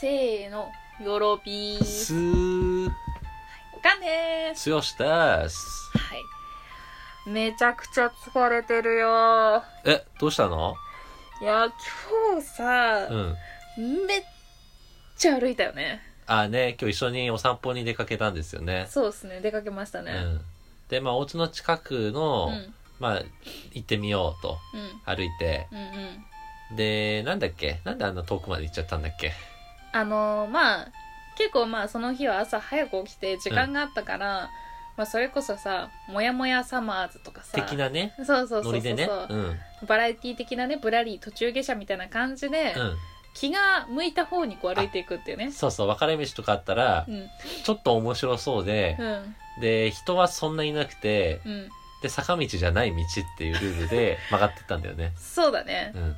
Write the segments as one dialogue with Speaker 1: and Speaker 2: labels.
Speaker 1: せーのヨロピー
Speaker 2: すー、
Speaker 1: おかんです
Speaker 2: つよしたーす。
Speaker 1: はいめちゃくちゃ疲れてるよ
Speaker 2: え、どうしたの
Speaker 1: いや今日さ
Speaker 2: う、ん。
Speaker 1: めっちゃ歩いたよね
Speaker 2: あね、今日一緒にお散歩に出かけたんですよね。
Speaker 1: そうですね出かけました
Speaker 2: う
Speaker 1: ね
Speaker 2: ん。で、まあ、お家の近く
Speaker 1: う
Speaker 2: の、
Speaker 1: んうん
Speaker 2: まあ、行ってみようと、
Speaker 1: うん
Speaker 2: 歩いて。
Speaker 1: うん
Speaker 2: で、なんだっけなんであんな遠くまで行っちゃったんだっけ
Speaker 1: あのーまあ結構まあその日は朝早く起きて時間があったから、まあそれこそさ「もやもやサマーズ」とかさ
Speaker 2: 的なね、
Speaker 1: そうそうそうそう
Speaker 2: ノリでね。うん。うん。
Speaker 1: バラエティ的なねぶらり途中下車みたいな感じで、気が向いた方にこう歩いていくっていうね
Speaker 2: そうそう、別れ飯とかあったら
Speaker 1: う、ん
Speaker 2: ちょっと面白そうで
Speaker 1: う、ん
Speaker 2: で、人はそんないなくて、
Speaker 1: うん。
Speaker 2: で、坂道じゃない道っていうルールで曲がってったんだよね
Speaker 1: そうだね、
Speaker 2: うん。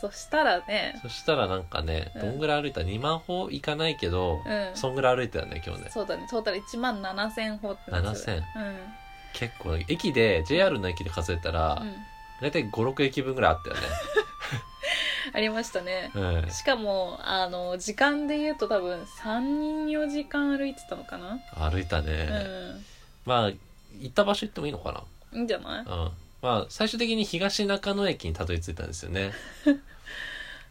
Speaker 1: そしたらね
Speaker 2: そしたらなんかね、
Speaker 1: うん
Speaker 2: どんぐらい歩いた ?2 万歩いかないけど、
Speaker 1: うん
Speaker 2: そんぐらい歩いたよね、今日ね。
Speaker 1: そうだねトータル1万7000歩ってなってたよね
Speaker 2: 結構、駅で、JR の駅で数えたら
Speaker 1: うん、、うん、
Speaker 2: だいたい5、6駅分ぐらいあったよ
Speaker 1: ありましたね
Speaker 2: ね。うん。
Speaker 1: しかもあの時間で言うと多分3人4時間歩いてたのかな、
Speaker 2: 歩いたね。まあ、行った場所行ってもいいのか
Speaker 1: うんいいんじゃない
Speaker 2: なうん。まあ、最終的に東中野駅にたどり着いたんですよ ね。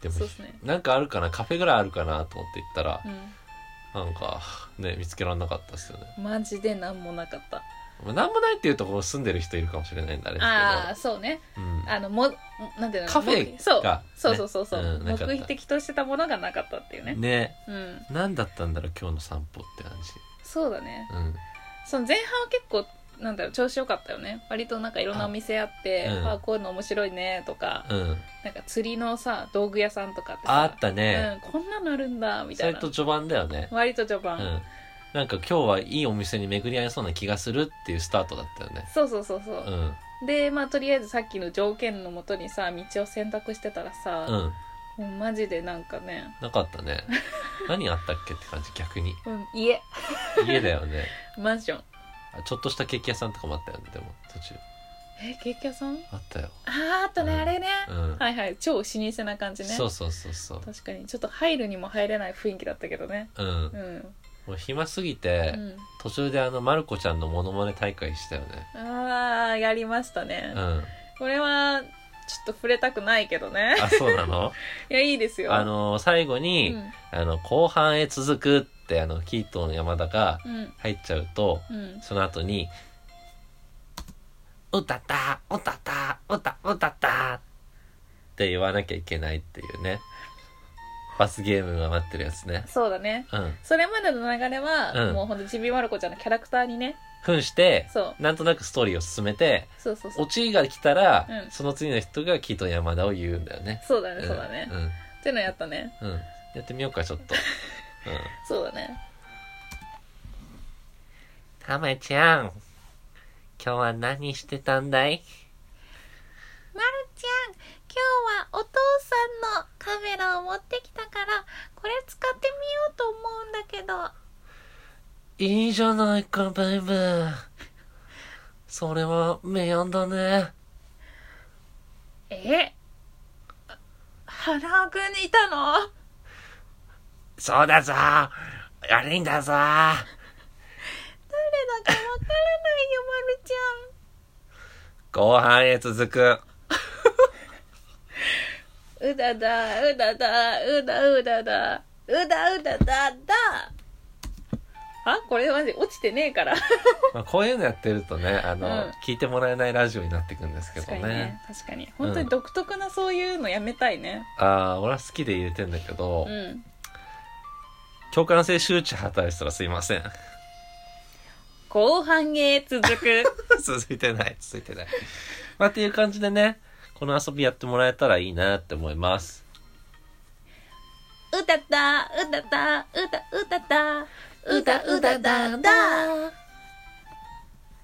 Speaker 2: でも
Speaker 1: そうっすね、
Speaker 2: なんかあるかな、カフェぐらいあるかなと思って行ったら、
Speaker 1: う
Speaker 2: なんか、ね、見つけられなかったですよね。
Speaker 1: んマジで何もなかった
Speaker 2: まあなんもないっていうところ住んでる人いるかもしれないんだあれ
Speaker 1: ああー
Speaker 2: で
Speaker 1: そうね
Speaker 2: すけど。うん
Speaker 1: あのもなんていうの
Speaker 2: カフェ
Speaker 1: 目そう
Speaker 2: がね
Speaker 1: そうそうそうそう、
Speaker 2: うんなかった
Speaker 1: 目的としてたものがなかったっていうね
Speaker 2: ね
Speaker 1: うん
Speaker 2: 何だったんだろう今日の散歩って感じ
Speaker 1: そうだね
Speaker 2: うん
Speaker 1: その前半は結構なんだろう調子良かったよね割となんかいろんなお店あって
Speaker 2: あ
Speaker 1: あ、
Speaker 2: うん
Speaker 1: あこういうの面白いねとか、
Speaker 2: うん
Speaker 1: なんか釣りのさ道具屋さんとかってさ
Speaker 2: あったね、
Speaker 1: うん、こんなのあるんだみ
Speaker 2: そ
Speaker 1: たい
Speaker 2: れ
Speaker 1: な
Speaker 2: と序盤だよね
Speaker 1: 割と序
Speaker 2: う
Speaker 1: 盤、
Speaker 2: んなんか今日はいいお店に巡り合えそうな気がするっていうスタートだったよね
Speaker 1: そうそうそうそうう、
Speaker 2: ん
Speaker 1: でまあとりあえずさっきの条件のもとにさ道を選択してたらさ、
Speaker 2: うん
Speaker 1: もうマジでなんかね、
Speaker 2: なかっ たね何あったっけって感じ逆に
Speaker 1: うん、家
Speaker 2: 家だよね
Speaker 1: マンション
Speaker 2: あちょっとしたケーキ屋さんとかもあったよねでも途中
Speaker 1: えケーキ屋さん
Speaker 2: あったよ
Speaker 1: あーあとね、
Speaker 2: うん
Speaker 1: あれね、
Speaker 2: うん、
Speaker 1: はいはい超老舗な感じね
Speaker 2: そうそうそうそう
Speaker 1: 確かにちょっと入るにも入れない雰囲気だったけどね
Speaker 2: うん、
Speaker 1: う
Speaker 2: も
Speaker 1: ん、
Speaker 2: う暇すぎて、
Speaker 1: うん、
Speaker 2: 途中であのまる子ちゃんのモノマネ大会したよね
Speaker 1: あーやりましたね、
Speaker 2: うん
Speaker 1: これはちょっと触れたくないけどね
Speaker 2: あそうなの
Speaker 1: いやいいですよ
Speaker 2: あの最後
Speaker 1: う
Speaker 2: に、
Speaker 1: ん
Speaker 2: あの、後半へ続くって、あの、キートン山田が
Speaker 1: うん
Speaker 2: 入っちゃうと、
Speaker 1: うん
Speaker 2: その後に、歌った歌った歌歌ったって言わなきゃいけないっていうね。罰ゲームが待ってるやつね。
Speaker 1: そうだね
Speaker 2: うん。
Speaker 1: それまでの流れは、
Speaker 2: うん
Speaker 1: もうほんとちびまる子ちゃんのキャラクターにね
Speaker 2: 扮して、
Speaker 1: そう
Speaker 2: なんとなくストーリーを進めて、
Speaker 1: そうそうそう
Speaker 2: オチが来たら、
Speaker 1: うん
Speaker 2: その次の人がキートン山田を言うんだよね。
Speaker 1: そうだねそうだね、
Speaker 2: う
Speaker 1: っ
Speaker 2: ん。
Speaker 1: ていうのやったね
Speaker 2: うん。うんやってみようか、ちょっ と。うん。
Speaker 1: そうだね
Speaker 2: たまちゃん、今日は何してたんだい
Speaker 3: まるちゃん、今日はお父さんのカメラを持ってきたから、これ使ってみようと思うんだけど。
Speaker 2: いいじゃないか、ベイベー。それは、名案だね。
Speaker 1: え花輪くんにいたの
Speaker 2: そうだぞ。悪いんだぞ。
Speaker 3: 誰だかわからないよ、まるちゃん。
Speaker 2: 後半へ続く。
Speaker 1: うだだうだだうだうだだうだうだだだあこれマジ落ちてねえから
Speaker 2: まあ、こういうのやってるとね、あの、
Speaker 1: うん
Speaker 2: 聞いてもらえないラジオになってくんですけ
Speaker 1: 確
Speaker 2: ど
Speaker 1: か
Speaker 2: ね。
Speaker 1: にね確かに本当に独特なそういうのやめたいね
Speaker 2: ああ、俺は好きで入れてんだけど、
Speaker 1: うん
Speaker 2: 共感性周知働いてたらすいません。
Speaker 1: 後半へ続く
Speaker 2: 続いてない、続いてない。まあ、っていう感じでね、この遊びやってもらえたらいいなって思います。
Speaker 3: うだだ、うだだ、うだうだだ、うだうだだだ。